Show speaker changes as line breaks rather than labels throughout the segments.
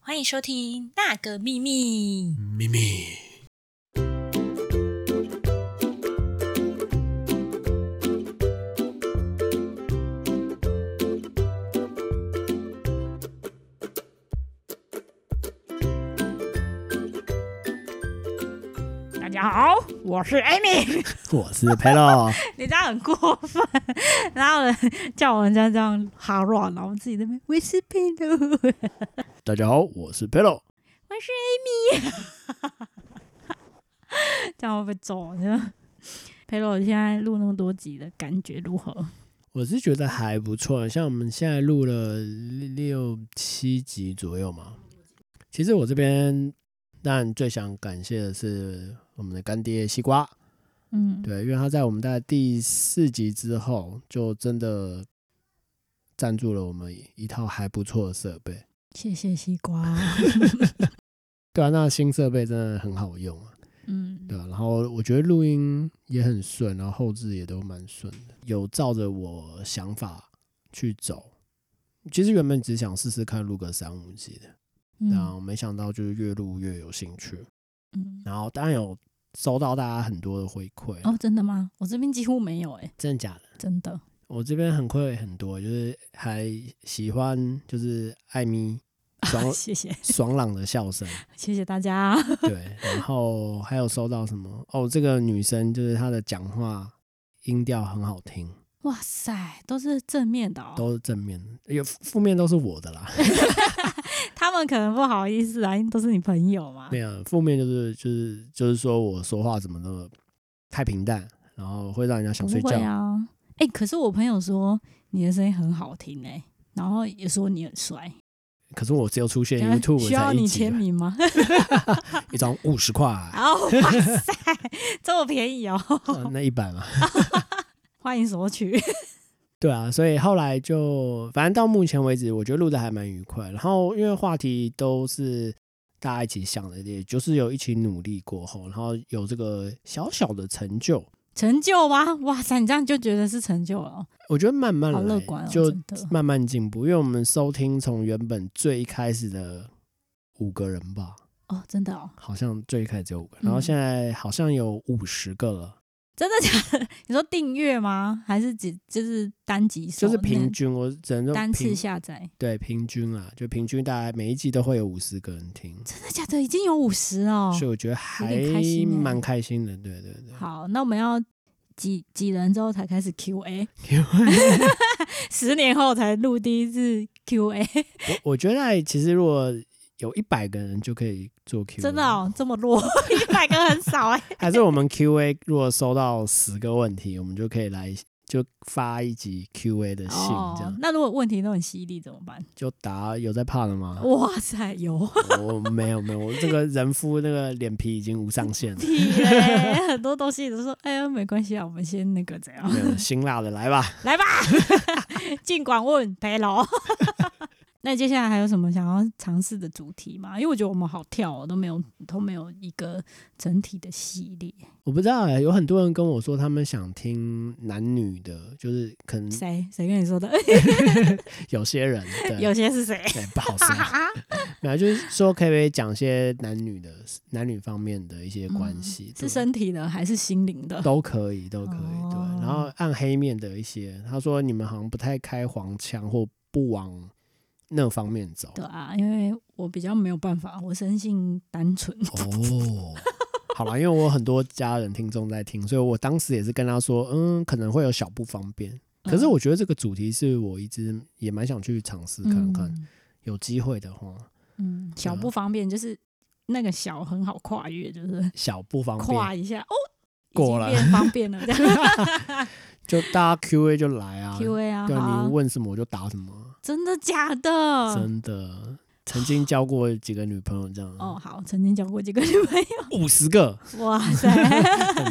欢迎收听《那个秘密》。
咪咪，
大家好，我是 Amy。
我是 Pelo，
你这样很过分，然后呢叫人家这样哈乱，然后我们自己在那边我是 p e 我
大家好，我是 Pelo。
是 Amy，这样会被揍。真的裴洛，你现在录那么多集的感觉如何？
我是觉得还不错，像我们现在录了六七集左右嘛。其实我这边，但最想感谢的是我们的干爹西瓜，
嗯，
对，因为他在我们大概第四集之后，就真的赞助了我们一套还不错的设备。
谢谢西 瓜。
对啊，那新设备真的很好用啊。
嗯，
对啊，然后我觉得录音也很顺，然后后置也都蛮顺的，有照着我想法去走。其实原本只想试试看录个三五集的，然后
嗯
没想到就是越录越有兴趣，
嗯，
然后当然有收到大家很多的回馈，
哦，真的吗？我这边几乎没有哎、
真的假的？
真的。
我这边很馈很多，就是还喜欢就是 艾米爽
谢谢，
爽朗的笑声，
谢谢大家。
对，然后还有收到什么哦，这个女生就是她的讲话音调很好听。
哇塞，都是正面的哦。
都是正面的，有负面都是我 的啦。
他们可能不好意思啊，因为都是你朋友嘛
没。有负面就是就是就是说我说话怎么那么太平淡，然后会让人家想睡
不会
觉。
啊，哎、可是我朋友说你的声音很好听哎、然后也说你很帅。
可是我只有出现 YouTube
需要
才一
你
集
签
啊，
名吗？
一张五十块，
哦，哇塞， 这么便宜哦！
啊那一百嘛。
欢迎索取。
对啊，所以后来就反正到目前为止，我觉得录的还蛮愉快。然后因为话题都是大家一起想的，也就是有一起努力过后，然后有这个小小的成就，
成就吗？哇塞，你这样就觉得是成就了哦，
我觉得慢慢
好乐
来
观哦，
就
真的。
慢慢进步，因为我们收听从原本最一开始的五个人吧，
哦，真的哦，
好像最一开始只有五个，然后
嗯
现在好像有五十个了，
真的假的？ 你说订阅吗？还是几就是单集数？
就是平均，我只能说
哦单次
平
下载？
对平均啊，就平均大概每一集都会有五十个人听，
真的假的？已经有五十哦。
所以我觉得还
有点开心欸
蛮开心的，对对对。
好，那我们要几几人之后才开始 Q&A？十 年后才录第一次 Q&A，
我我觉得其实如果有一百个人就可以做 Q，
真的哦，这么弱，一百个很少哎、
还是我们 Q&A 如果收到十个问题，我们就可以来就发一集 Q&A 的信，这样、
哦，那如果问题都很犀利怎么办？
就答有在怕了 吗？
哇塞，有
我没有没有，我这个人夫那个脸皮已经无 上限了，
屁嘞、很多东西都说，哎呀，没关系啊，我们先那个怎样，
没有辛辣的来吧。
来吧，尽管问陪楼。 那你接下来还有什么想要尝试的主题吗？因为我觉得我们好跳哦，都没有都没有一个整体的系列。
我不知道、欸，有很多人跟我说他们想听男女的，就是可能
谁谁跟你说的？
哎有些人对
有些是谁？
对不好说，没有就是说可不可以讲一些男女的男女方面的一些关系、
嗯是
对
身体的还是心灵的？
都可以，都可以，对。
哦
然后按黑面的一些，他说你们好像不太开黄腔，或不往那方面走。
对啊，因为我比较没有办法，我生性单纯。
哦，好啦，因为我有很多家人听众在听，所以我当时也是跟他说，嗯，可能会有小不方便。 可
嗯
是我觉得这个主题是我一直也蛮想去尝试看看，
嗯，
有机会的话，
嗯
啊
小不方便就是那个小很好跨越，就是
小不方便
跨一下哦，已
过
经
了
变方便了。这样
就大家 Q A 就来啊，
Q A 啊，
对
好啊
你问什么我就答什么，
真的假的？
真的。曾经交过几个女朋友这样，
哦，好，曾经交过几个女朋
五十个
友，哇塞，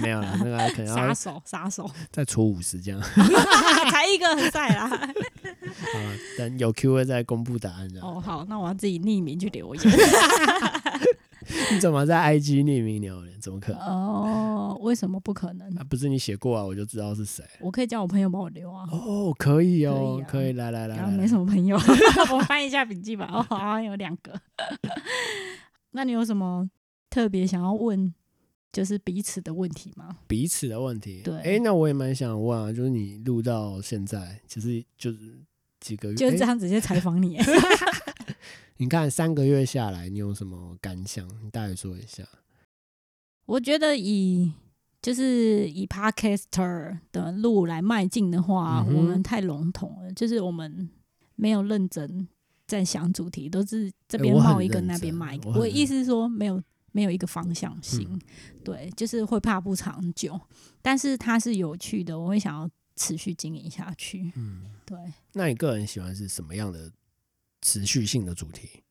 没有了，那个 可能
杀
要
手杀 手，
再除五十这样。好
才一个在啦。
啊了，
哦
等有 Q A 再公布答案这样。
哦，好，那我要自己匿名去留言。
你怎么在 IG 匿名留言？怎么可能？
哦，为什么不可能？
啊，不是你写过啊，我就知道是谁。
我可以叫我朋友帮我留啊。
哦，可以
可
哦
以啊，
可以,、来来来
然
来，
后没
么。
什么朋友， 我翻一下笔记吧。哦，好像有两个。 那你有什么特别想要问，就是彼此的问题吗？
彼此的问题。
对
哎、那我也蛮想问啊，就是你录到现在，其实就是几个月，
就是
诶
这样直接采访你。
你看三个月下来，你有什么感想？你大概说一下。
我觉得以就是以 podcaster 的路来迈进的话，
嗯哼
我们太笼统了，就是我们没有认真在想主题，都是这边
哎我很
冒一个，
认真嗯
那边冒一个。
我
我
很
的意思是说，没有没有一个方向性，对，就是会怕不长久，但是它是有趣的，我会想要持续经营下去。
嗯，
对，
那你个人喜欢是什么样的持续性的主题？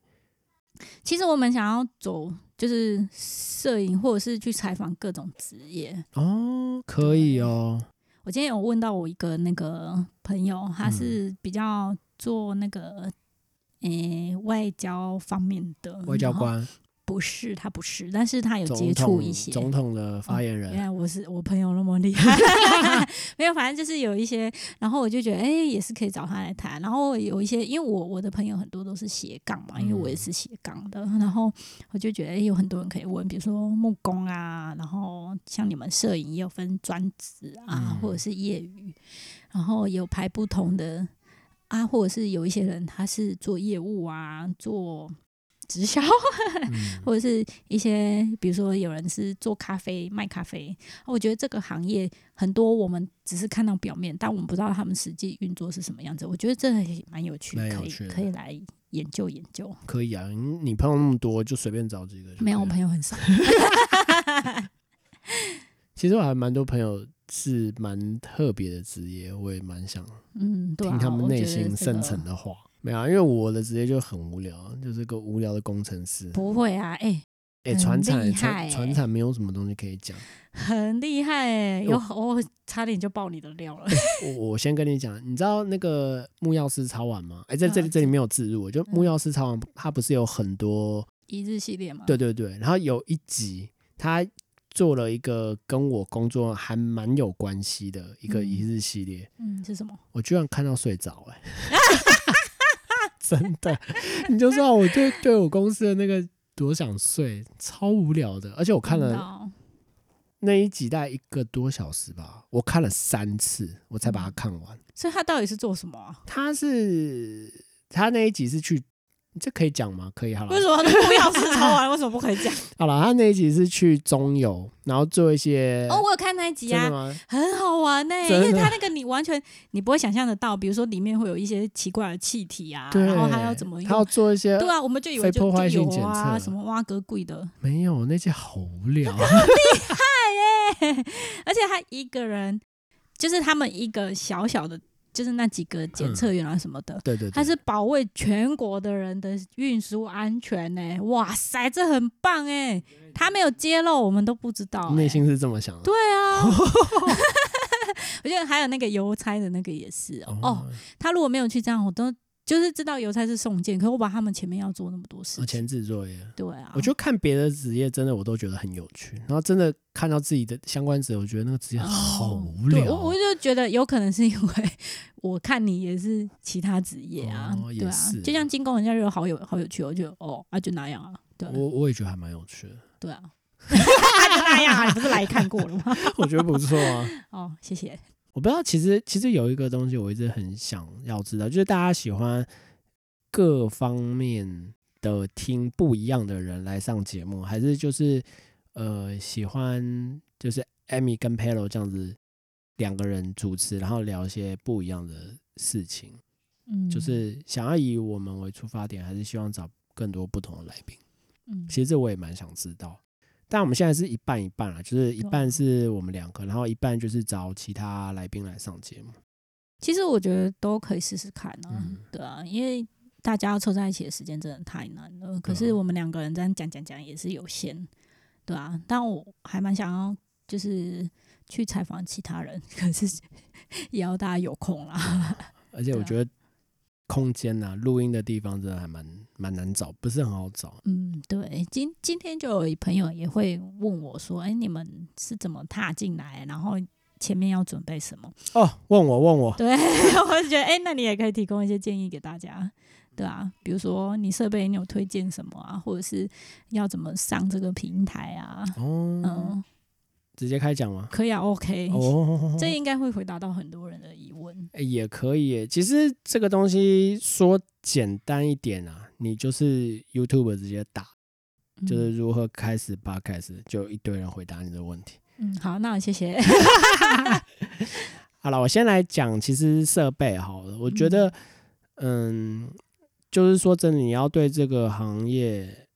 其实我们想要走就是摄影，或者是去采访各种职业，
哦，可以哦。
我今天有问到我一个那个朋友，
嗯
他是比较做那个诶、外交方面的
外交，
然后
官、
不是他不是，但是他有接
总
触
统
一些。
总统的发言人
原，来我是我朋友那么厉害， 没有，反正就是有一些，然后我就觉得，哎、也是可以找他来谈。然后有一些，因为我我的朋友很多都是斜杠嘛，因为我也是
嗯
斜杠的，然后我就觉得，哎、有很多人可以问，比如说木工啊，然后像你们摄影也有分专职啊，
嗯
或者是业余，然后有排不同的啊，或者是有一些人他是做业务啊，做直销。
嗯
或者是一些，比如说有人是做咖啡卖咖啡，我觉得这个行业很多我们只是看到表面，但我们不知道他们实际运作是什么样子。我觉得这也蛮有趣，
蛮有
可以
趣的
可以来研究研究。
可以啊。你你朋友那么多，就随便找几个就
没有，
对
我
了
朋友很少。
其实我还蛮多朋友是蛮特别的职业，我也蛮想
嗯，对、啊，
听他们
我觉
内
得
心
这个
深层的话。没有、啊，因为我的职业就很无聊，就是个无聊的工程师。
不会啊，哎、
哎、
很
船
厉害
产船船
欸
产没有什么东西可以讲。
很厉害哎、有我、差点就爆你的料了。
我我先跟你讲，你知道那个木曜师超玩吗？哎、在这里
嗯
这里没有置入，就
嗯
木曜师超玩，它不是有很多
一日系列嘛，
对对对，然后有一集他做了一个跟我工作还蛮有关系的一个
嗯
一日系列，
嗯，是什么？
我居然看到睡着哎、 真的，你就知道我对对我公司的那个多想睡，超无聊的。而且我看
不知
了
道
那一集大概一个多小时吧，我看了三次，我才把它看完。
所以他到底是做什么啊、
他是他那一集是去，这可以讲吗？可以好了
为。什么不要吃抄完？为什么不可以 讲？
好了，他那一集是去中游，然后做一些。
哦，我有看那一集
真
啊
的，吗？
很好玩呢、因
真的
为它那个你完全你不会想象得到，比如说里面会有一些奇怪的气体啊，
对，
然后它要怎么
他要
用？
做一些
对啊，我们就以为
非
就
破坏
就
性
有啊，
检测
什么挖格贵的，
没有那些好无聊，
哎、而且他一个人，就是他们一个小小的，就是那几个检测员啊什么的，
对对对，
他是保卫全国的人的运输安全呢、哇塞，这很棒哎、他没有揭露，我们都不知道欸、
内心是这么想的
对啊， 我觉得还有那个邮差的那个也是哦。哦，他如果没有去这样，我都就是知道邮差是送件，可我把他们前面要做那么多事
我
情，
哦前置作业，
对啊，
我就看别的职业，真的我都觉得很有趣，然后真的看到自己的相关职业，我觉得那个职业好无
哦对
聊
我我
哦。
就觉得有可能是因为我看你也是其他职业啊，
哦也
对啊
是，
就像金工人家就好有好有趣哦，我就哦啊就那样啊，对啊
我我也觉得还蛮有趣的，
对 啊， 就那样啊，你不是来看过了吗？
我觉得不错啊。
哦，谢谢，
我不知道，其实其实有一个东西我一直很想要知道，就是大家喜欢各方面的听不一样的人来上节目，还是就是呃喜欢就是 Amy 跟 p e l o 这样子两个人主持，然后聊一些不一样的事情，
嗯，
就是想要以我们为出发点，还是希望找更多不同的来宾。
嗯
其实这我也蛮想知道。但我们现在是一半一半啊，就是一
对啊
半是我们两个，然后一半就是找其他来宾来上节目。
其实我觉得都可以试试看啊，
嗯
对啊，因为大家要凑在一起的时间真的太难了。可是我们两个人这样讲讲讲也是有限，对啊。但我还蛮想要就是去采访其他人，可是也要大家有空啦。
而且我
对啊
啊觉得空间呐、录音的地方真的还蛮蛮难找，不是很好找。
嗯，嗯，对，今今天就有朋友也会问我说：“哎，你们是怎么踏进来？然后前面要准备什么
哦，问我问？”我，
对，我就觉得哎，那你也可以提供一些建议给大家，对啊，比如说你设备你有推荐什么啊，或者是要怎么上这个平台啊？
哦，
嗯，
直接开讲吗？
可以啊，OK，、
哦，
这应该会回答到很多人的疑问。
诶也可以耶。其实这个东西说简单一点啊，你就是 YouTube 直接打，
嗯
就是如何开始 Podcast，就一堆人回答你的问题。
嗯，好，那我谢 谢。
好了，我先来讲，其实设备好了，我觉得，嗯，就是说真的，你要对这个行业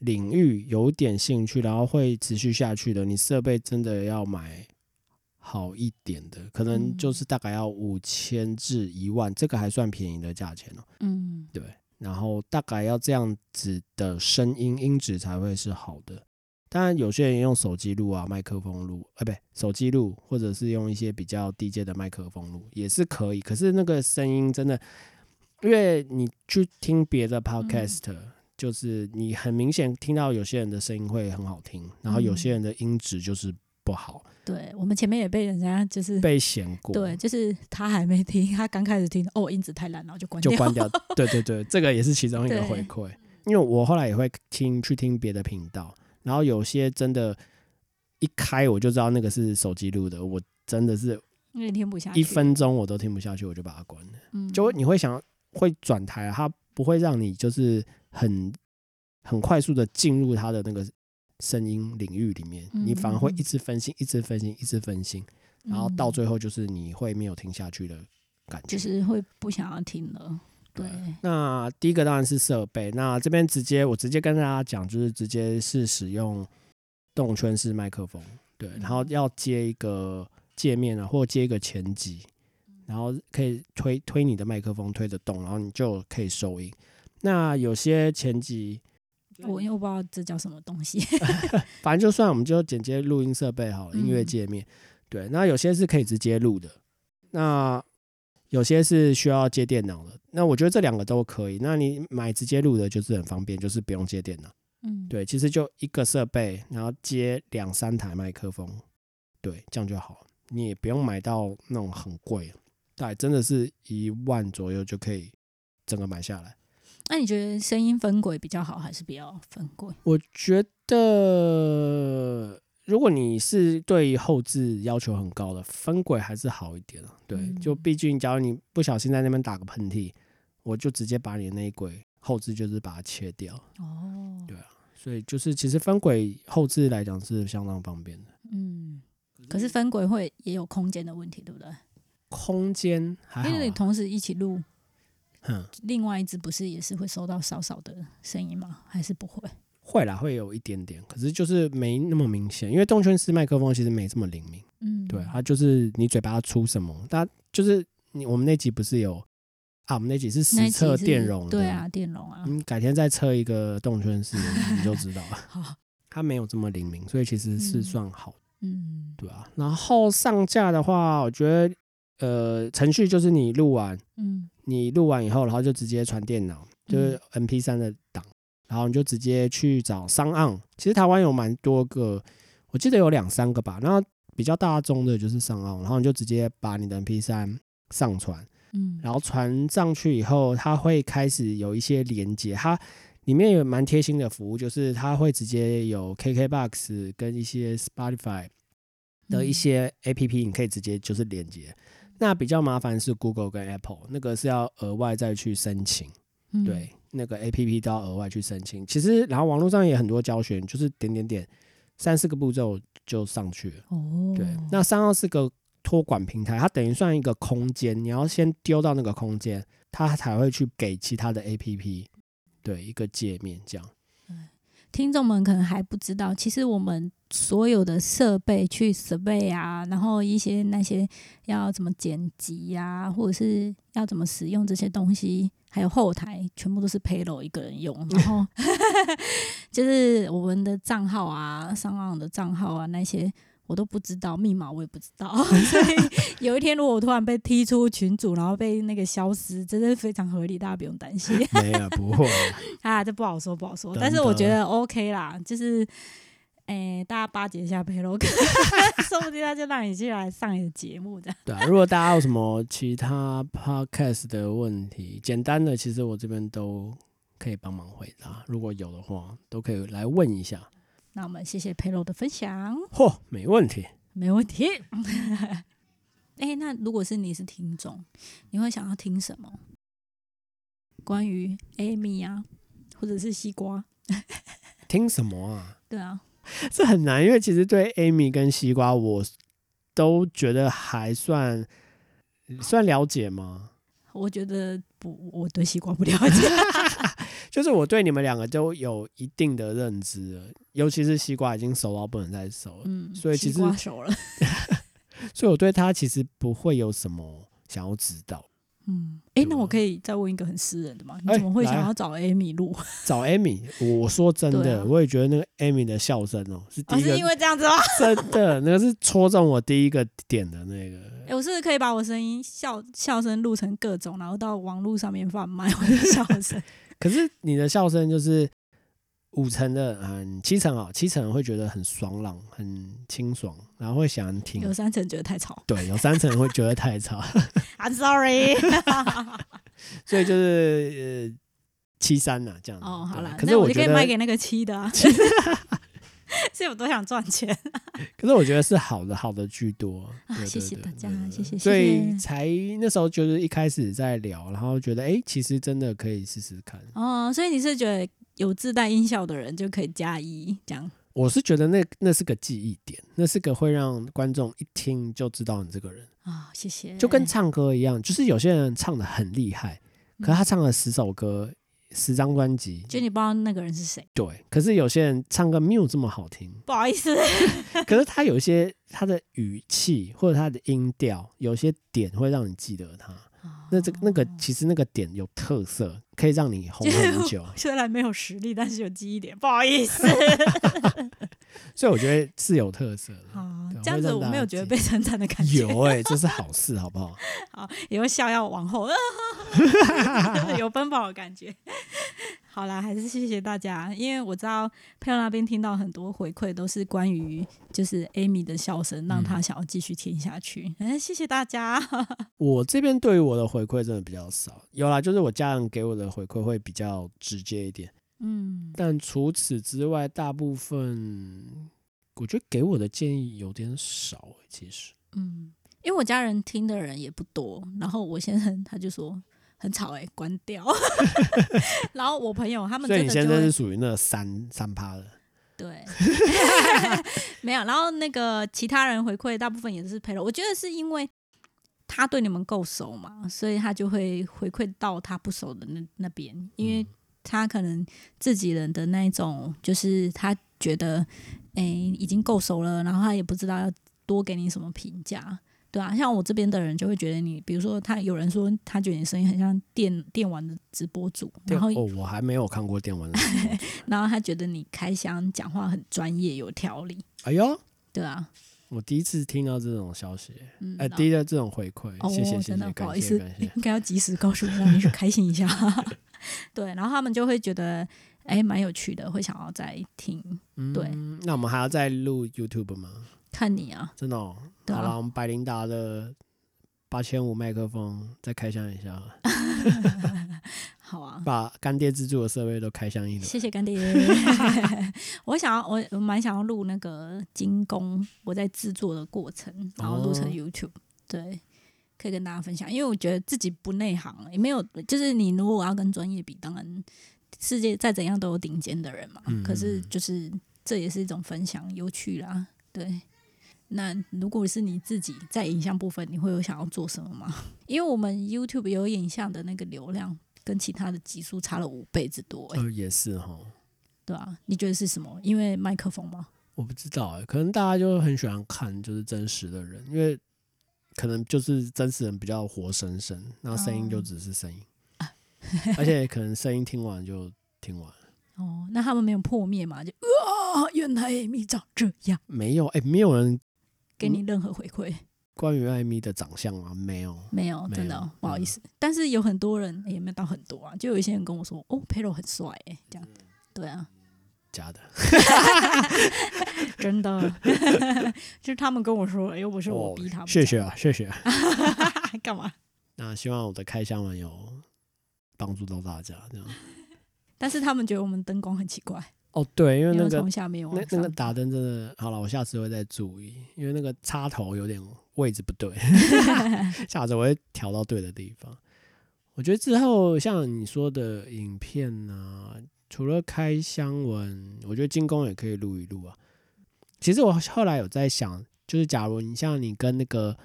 领域有点兴趣，然后会持续下去的，你设备真的要买好一点的，可能
嗯
就是大概要五千至一万，这个还算便宜的价钱哦、
嗯
然后大概要这样子的声音音质才会是好的。当然，有些人用手机录啊，麦克风录，呃，不对，手机录，或者是用一些比较低阶的麦克风录也是可以。可是那个声音真的，因为你去听别的 podcast，、就是你很明显听到有些人的声音会很好听，然后有些人的音质就是不好，
对，我们前面也被人家就是
被嫌过。
对，就是他还没听，他刚开始听，哦，音质太烂，然后就关
就关掉。对对对，这个也是其中一个
对
回馈。因为我后来也会听去听别的频道，然后有些真的，一开我就知道那个是手机录的，我真的是
因为听不下去。
一分钟我都听不下去，我就把它关了。
嗯，
就会你会想会转台、啊，它不会让你就是很很快速的进入它的那个声音领域里面，
嗯
你反而会
嗯嗯
一直分心，一直分心，一直分心，然后到最
后、
后就是你会没有听下去的感
嗯
觉。
就是会不想要听了。对，
那第一个当然是设备，那这边直接我直接跟大家讲，就是直接是使用动圈式麦克风，对，
嗯
然后要接一个界面啊，或接一个前级，然后可以推推你的麦克风推得动，然后你就可以收音。那有些前级，啊
我又不知道这叫什么东 西。
反正就算我们就简介录音设备好了，
嗯
音乐界面，对，那有些是可以直接录的，那有些是需要接电脑的。那我觉得这两个都可以。那你买直接录的就是很方便，就是不用接电脑。
嗯，
对，其实就一个设备，然后接两三台麦克风，对，这样就好了。你也不用买到那种很贵的，对，真的是一万左右就可以整个买下来。
那你觉得声音分轨比较好，还是不要分轨？
我觉得，如果你是对后置要求很高的，分轨还是好一点啊。对，
嗯
就毕竟，假如你不小心在那边打个喷嚏，我就直接把你的那一轨后置就是把它切掉。
哦，
对所以就是，其实分轨后置来讲是相当方便的。
嗯，可是分轨会也有空间的问题，对不对？
空间还好、
因为你
啊，
同时一起录，
哼，
另外一只不是也是会收到少少的声音吗？还是不会？
会啦，会有一点点，可是就是没那么明显，因为动圈式麦克风其实没这么灵敏。
嗯，
对，它就是你嘴巴出什么，它就是你我们那集不是有啊？我们那集是
那
实
一集
测
是
电容的，嗯
对啊，电容啊，
你改天再测一个动圈式，你就知道了。
好，
它没有这么灵敏，所以其实是
嗯
算好，
嗯
对啊。然后上架的话，我觉得呃，程序就是你录完，
嗯
你录完以后，然后就直接传电脑，就是 MP 3的档，然后你就直接去找商岸。其实台湾有蛮多个，我记得有两三个吧。然后比较大众的就是商岸，然后你就直接把你的 MP 3上传，
嗯，
然后传上去以后，它会开始有一些连接，它里面有蛮贴心的服务，就是它会直接有 KKBox 跟一些 Spotify 的
嗯
一些 APP，你可以直接就是连接。那比较麻烦是 Google 跟 Apple，那个是要额外再去申请，
嗯
对，，那个 APP 都要额外去申请。其实，然后网络上也很多教学，就是点点点三四个步骤就上去了。
哦，
对，那三号是个托管平台，它等于算一个空间，你要先丢到那个空间，它才会去给其他的 APP 对一个界面这样。
听众们可能还不知道，其实我们所有的设备去 survey 啊，然后一些那些要怎么剪辑啊，或者是要怎么使用这些东西，还有后台，全部都是 Paylo 一个人用。然后 就是我们的账号啊，上网的账号啊那些，我都不知道密码，我也不知道。所以有一天如果我突然被踢出群组，然后被那个消失，真的非常合理，大家不用担心
没有不会，
啊，这不好说不好说。
真的
但是我觉得 OK 啦，就是。诶、大家巴结一下佩洛克， 说不定他就让你进来上你的节目的。
对啊。如果大家有什么其他 podcast 的问题，简单的其实我这边都可以帮忙回答，如果有的话都可以来问一下。
那我们谢谢佩洛的分享。
嚯，没问题。
没问题。 哎、那如果是你是听众，你会想要听什么？关于 Amy 啊，或者是西瓜？
听什么啊？
对啊，
这很难，因为其实对 Amy 跟西瓜，我都觉得还算算了解吗？
我觉得不，我对西瓜不了 解。
就是我对你们两个都有一定的认知了，尤其是西瓜已经熟到不能再熟了，
嗯，
所以其实
西瓜熟了。
所以我对他其实不会有什么想要知道。
嗯，哎、
对啊
那我可以再问一个很私人的吗？你
哎
怎么会
来啊
想要找 Amy 录？
找 Amy，我说真
对
的，
啊
我也觉得那个 Amy 的笑声哦、是第
哦，
一个，
是因为这样子吗？
真的那个是戳中我第一个点的那个。
哎、我是不是可以把我声音笑笑声录成各种，然后到网络上面贩卖 我的笑声？
可是你的笑声就是五成的，嗯，七成啊，七成会觉得很爽朗、很清爽，然后会想要听
有。三成觉得太吵
对，有三成会觉得 太吵，
，I'm sorry。
所以就是呃七三呐、这样子。
哦，好
对
了，
可
那
是
我就可
觉
以卖
得，
给那个七的 啊。所以我多想赚钱
可是我觉得是好的，好的居多。对
啊！谢谢大。家
对对，对
谢谢
所
谢
以
谢。
才那时候就是一开始在聊，然后觉得哎、诶其实真的可以试试看。
哦，所以你是觉得有自带音效的人就可以加一这样？
我是觉得那那是个记忆点，那是个会让观众一听就知道你这个人。
啊、谢谢。
就跟唱歌一样，就是有些人唱的很厉害，
嗯
可是他唱了十首歌、十张专辑，
就你不知道那个人是谁，
对。可是有些人唱歌没有这么 好听，
不好意思。
可是他有一些他的语气或者他的音调，有些点会让你记得他。
哦
那这个那个其实那个点有特色，可以让你红很 久。
虽然没有实力，但是有记忆点，不好意 思。
所以我觉得是有特色的。
啊
对，
这样子我没有觉得被称赞的 感觉，
有哎、这是好事，好不好？
也会笑要往后， 有奔跑的感觉。好啦，还是谢谢大家，因为我知道佩洛那边听到很多回馈都是关于就是 Amy 的笑声，让
嗯
他想要继续听下去。哎、谢谢大家。
我这边对于我的回馈真的比较少，有啦，就是我家人给我的回馈会比较直接一点。
嗯，
但除此之外，大部分我觉得给我的建议有点少、欸，其实。
嗯，因为我家人听的人也不多，然后我先生他就说很吵哎、关掉。 然后我朋友他们
所
真
以你
的
现
就
在
会
是属于那三三趴的，
对， 没有。然后那个其他人回馈大部分也是陪了，我觉得是因为他对你们够熟嘛，所以他就会回馈到他不熟的那那边，因为他可能自己人的那一种，就是他觉得诶、已经够熟了，然后他也不知道要多给你什么评价。对啊，像我这边的人就会觉得你，比如说他有人说他觉得你声音很像电电玩的直播主，然后
哦，我还没有看过电玩的。
然后他觉得你开箱讲话很专业有条理，
哎呦，
对啊，
我第一次听到这种消息，
嗯，
哎、
那
第一个这种回馈，
哦，
谢谢谢
真的
谢，
不好
感
意思
谢感，
你
谢。
应该要及时告诉我，让你去开心一下。 对，然后他们就会觉得，哎，蛮有趣的，会想要再听
嗯
对，
那我们还要再录 YouTube 吗？
看你啊，
真的、哦，
对
好了，
啊，
我们百灵达的八千五麦克风再开箱一下，
好啊，
把干爹资助的设备都开箱一轮。
谢谢干爹。 我想要，我我蛮想要录那个精工，我在制作的过程，然后录成
哦
YouTube，、对，可以跟大家分享。因为我觉得自己不内行，也没有，就是你如果要跟专业比，当然世界再怎样都有顶尖的人嘛。
嗯
可是就是这也是一种分享，有趣啦，对。那如果是你自己在影像部分，你会有想要做什么吗？因为我们 YouTube 有影像的那个流量跟其他的集数差了五倍之多、欸，
呃，也是哈。
对啊，你觉得是什么？因为麦克风吗？
我不知道哎、可能大家就很喜欢看就是真实的人，因为可能就是真实人比较活生生，那声音
哦
就只是声音，而且可能声音听完就听完了，
啊哦，那他们没有破灭嘛？就哇，原来 Amy 长这样，
没有哎、没有人
给你任何回馈，
关于艾米的长相吗？没有，
没有，
没
真
有
的不好意思。但是有很多人也没有到很多啊，就有一些人跟我说，哦，Pero 很帅哎、这样，
嗯
对啊，
假的。
真 的，就是他们跟我说，哎又不是我逼他们，
谢谢啊，谢谢啊。
干嘛？
那希望我的开箱文有帮助到大家，这样。
但是他们觉得我们灯光很奇怪，
哦，对，因为
没
那
有
个
从下面
那
往
那
上
个。打灯真的好了，我下次会再注意，因为那个插头有点位置不对，下次我会调到对的地方。我觉得之后像你说的影片啊，除了开箱文，我觉得精工也可以录一录啊。其实我后来有在想，就是假如你像你跟那个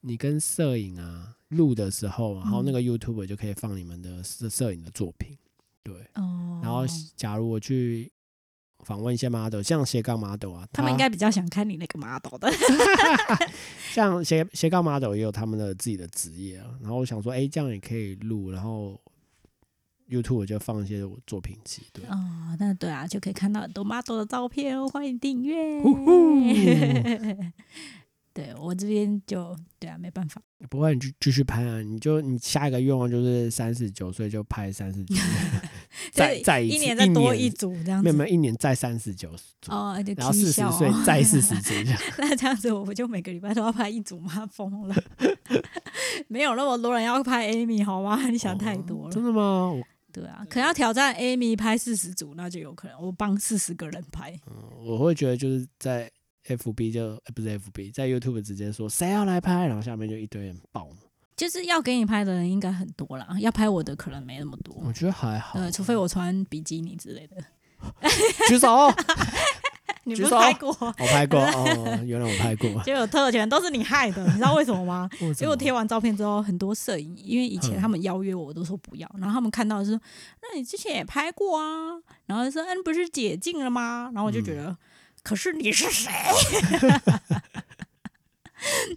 你跟摄影啊录的时候，然后
嗯
那个 YouTube 就可以放你们的摄摄影的作品，对。
哦，
然后假如我去访问一些 model，像斜杠 model 啊，
他们应该比较想看你那个 model 的，
像斜斜杠 model 也有他们的自己的职业啊。然后我想说，哎，这样也可以录，然后 YouTube 我就放一些我作品集，对。
哦，那对啊，就可以看到很多 model 的照片哦，欢迎订阅。
呼呼
对我这边就对啊，没办法，
不过你就继续拍啊，你就你下一个愿望就是三十九岁就拍三十九，再
就是
再
一
次
年再多
一
一
年
组这样
没
子
有。没有一年再三十九，
哦，就
然后
踢
四十
笑哦
岁再四十九，这样
那这样子，我就每个礼拜都要拍一组吗？疯了， 没有那么多人要拍 Amy 好吗？你 想太多了。
哦真的吗？我
对啊，可能要挑战 Amy 拍四十组，那就有可能我帮四十个人拍。
嗯我会觉得就是在 FB 就、呃不是 FB，在 YouTube 直接说谁要来拍，然后下面就一堆人爆。
就是要给你拍的人应该很多啦，要拍我的可能没那么多
我。觉得还嗯好，
呃，除非我穿比基尼之类的。
举手，我
你
举
不是
手
拍过，
拍过哦，原来我拍过。
就有特权，都是你害的，你知道为什么 吗？
我
结
怎
果
么
贴完照片之后，很多摄影，因为以前
嗯
他们邀约我，我都说不要，然后他们看到的是说，那你之前也拍过啊，然后就说，嗯、不是解禁了吗？然后我就
嗯
觉得，可是你是谁？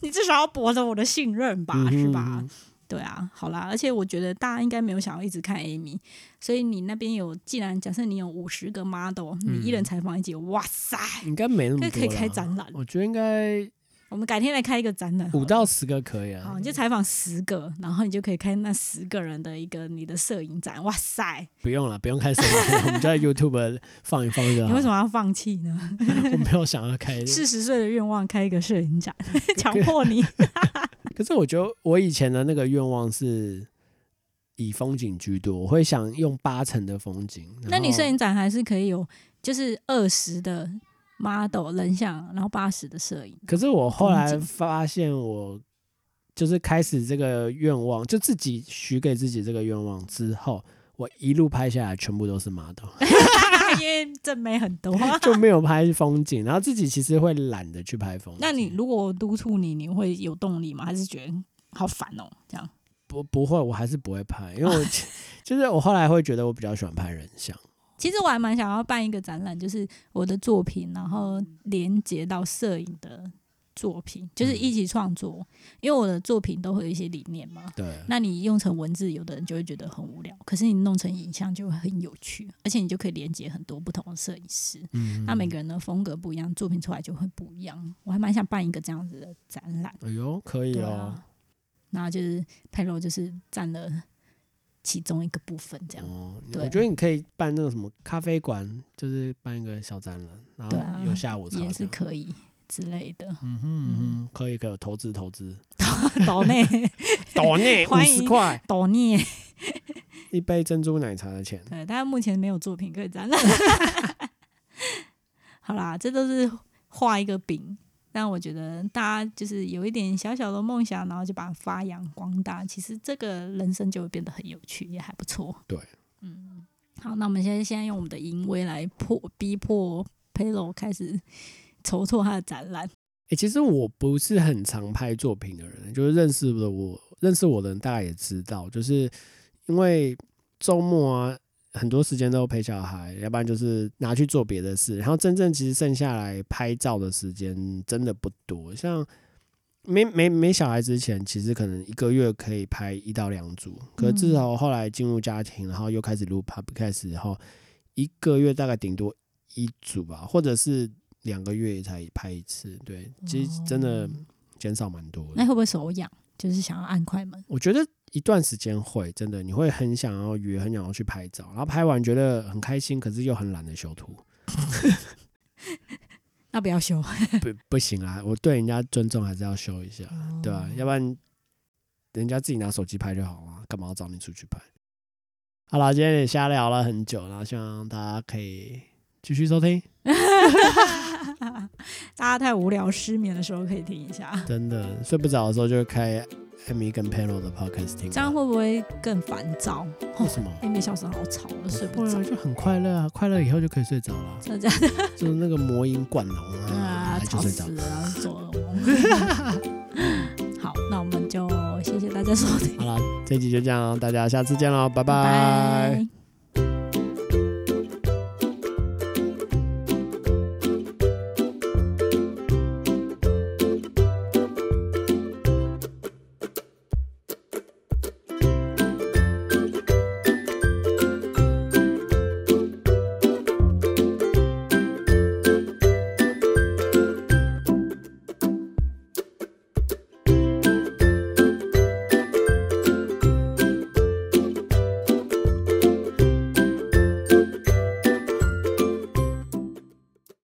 你至少要博得我的信任吧，
嗯哼
是
嗯
吧
哼？
对啊，好啦，而且我觉得大家应该没有想要一直看 Amy，所以你那边有，既然假设你有五十个 model，你一人采访一集，哇塞，
应该没那嗯么
可
多
以可以开
啦
展览，
我觉得应该
我们改天来开一个展览好了，
五到十个可以啊
好，，你就采访十个，然后你就可以开那十个人的一个你的摄影展。哇塞，
不用了，不用开始了，我们 在 YouTube 放一放就
你
好
为。什么要放弃呢？
我没有想要开，
四十岁的愿望开一个摄影展，强迫你。
可是我觉得我以前的那个愿望是以风景居多，我会想用八成的风景。然
那你
后
摄影展还是可以有，就是二十的 model 人像，然后八十的摄影。
可是我后来
风景
发现，我就是开始这个愿望，就自己许给自己这个愿望之后，我一路拍下来全部都是 model，
因为正美很多。
就没有拍风景。然后自己其实会懒得去拍风景。
那你如果我督促你，你会有动力吗？还是觉得好烦哦？这样
不不会，我还是不会拍，因为 我就是我后来会觉得我比较喜欢拍人像。
其实我还蛮想要办一个展览，就是我的作品，然后连接到摄影的作品，就是一起创作。因为我的作品都会有一些理念嘛，
对，
那你用成文字，有的人就会觉得很无聊，可是你弄成影像就会很有趣，而且你就可以连接很多不同的摄影师。
嗯，
那每个人的风格不一样，作品出来就会不一样。我还蛮想办一个这样子的展览，
哎呦可以
对
哦
啊。。然后就是佩洛就是占了其中一个部分，这样。
哦，
对
我觉得你可以办那个什么咖啡馆，就是办一个小展览，然
对啊
后有下午茶
也
这
是
样。
可以之类的。
嗯哼嗯哼，可以可以，投资投资。
岛 内，
岛内 五
欢
十
迎
块
岛内，
一杯珍珠奶茶的钱。
对，但目前没有作品可以展览。 好啦，这都是画一个饼，但我觉得大家就是有一点小小的梦想，然后就把它发扬光大，其实这个人生就会变得很有趣，也还不错。
对，
嗯，好，那我们现在现在用我们的淫威来迫逼迫 p e l o 开始筹措他的展览。
哎、其实我不是很常拍作品的人，就是认识的我，认识我的人大概也知道，就是因为周末啊，很多时间都陪小孩，要不然就是拿去做别的事，然后真正其实剩下来拍照的时间真的不多，像。没没没小孩之前，其实可能一个月可以拍一到两组，可是
嗯
至少后来进入家庭，然后又开始录 podcast 后，一个月大概顶多一组吧，或者是两个月才拍一次，对，其实真的减少蛮多
那
的。
会不会手痒？就是想要按快门，
我觉得一段时间会真的，你会很想要约，很想要去拍照，然后拍完觉得很开心，可是又很懒得修图，
那不要修。
不不行啊！我对人家尊重还是要修一下，对
啊哦
吧、要不然人家自己拿手机拍就好了，干嘛要找你出去拍？好了，今天也瞎聊了很久了，然后希望大家可以继续收听。
大家太无聊失眠的时候可以听一下，
真的睡不着的时候就开艾米跟 Panel 的 podcast 听吧，
这样会不会更烦躁？
为什么？
哎，每小时好吵， 我睡
不
不着
然。就很快乐啊，快乐以后就可以睡着 了，
真的假的
就是那个魔音灌聋啊
啊，，
就
吵
睡着
死
了。
了，做噩梦。好，那我们就谢谢大家收听，
好了，这集就这样，大家下次见喽，
拜
拜拜
拜。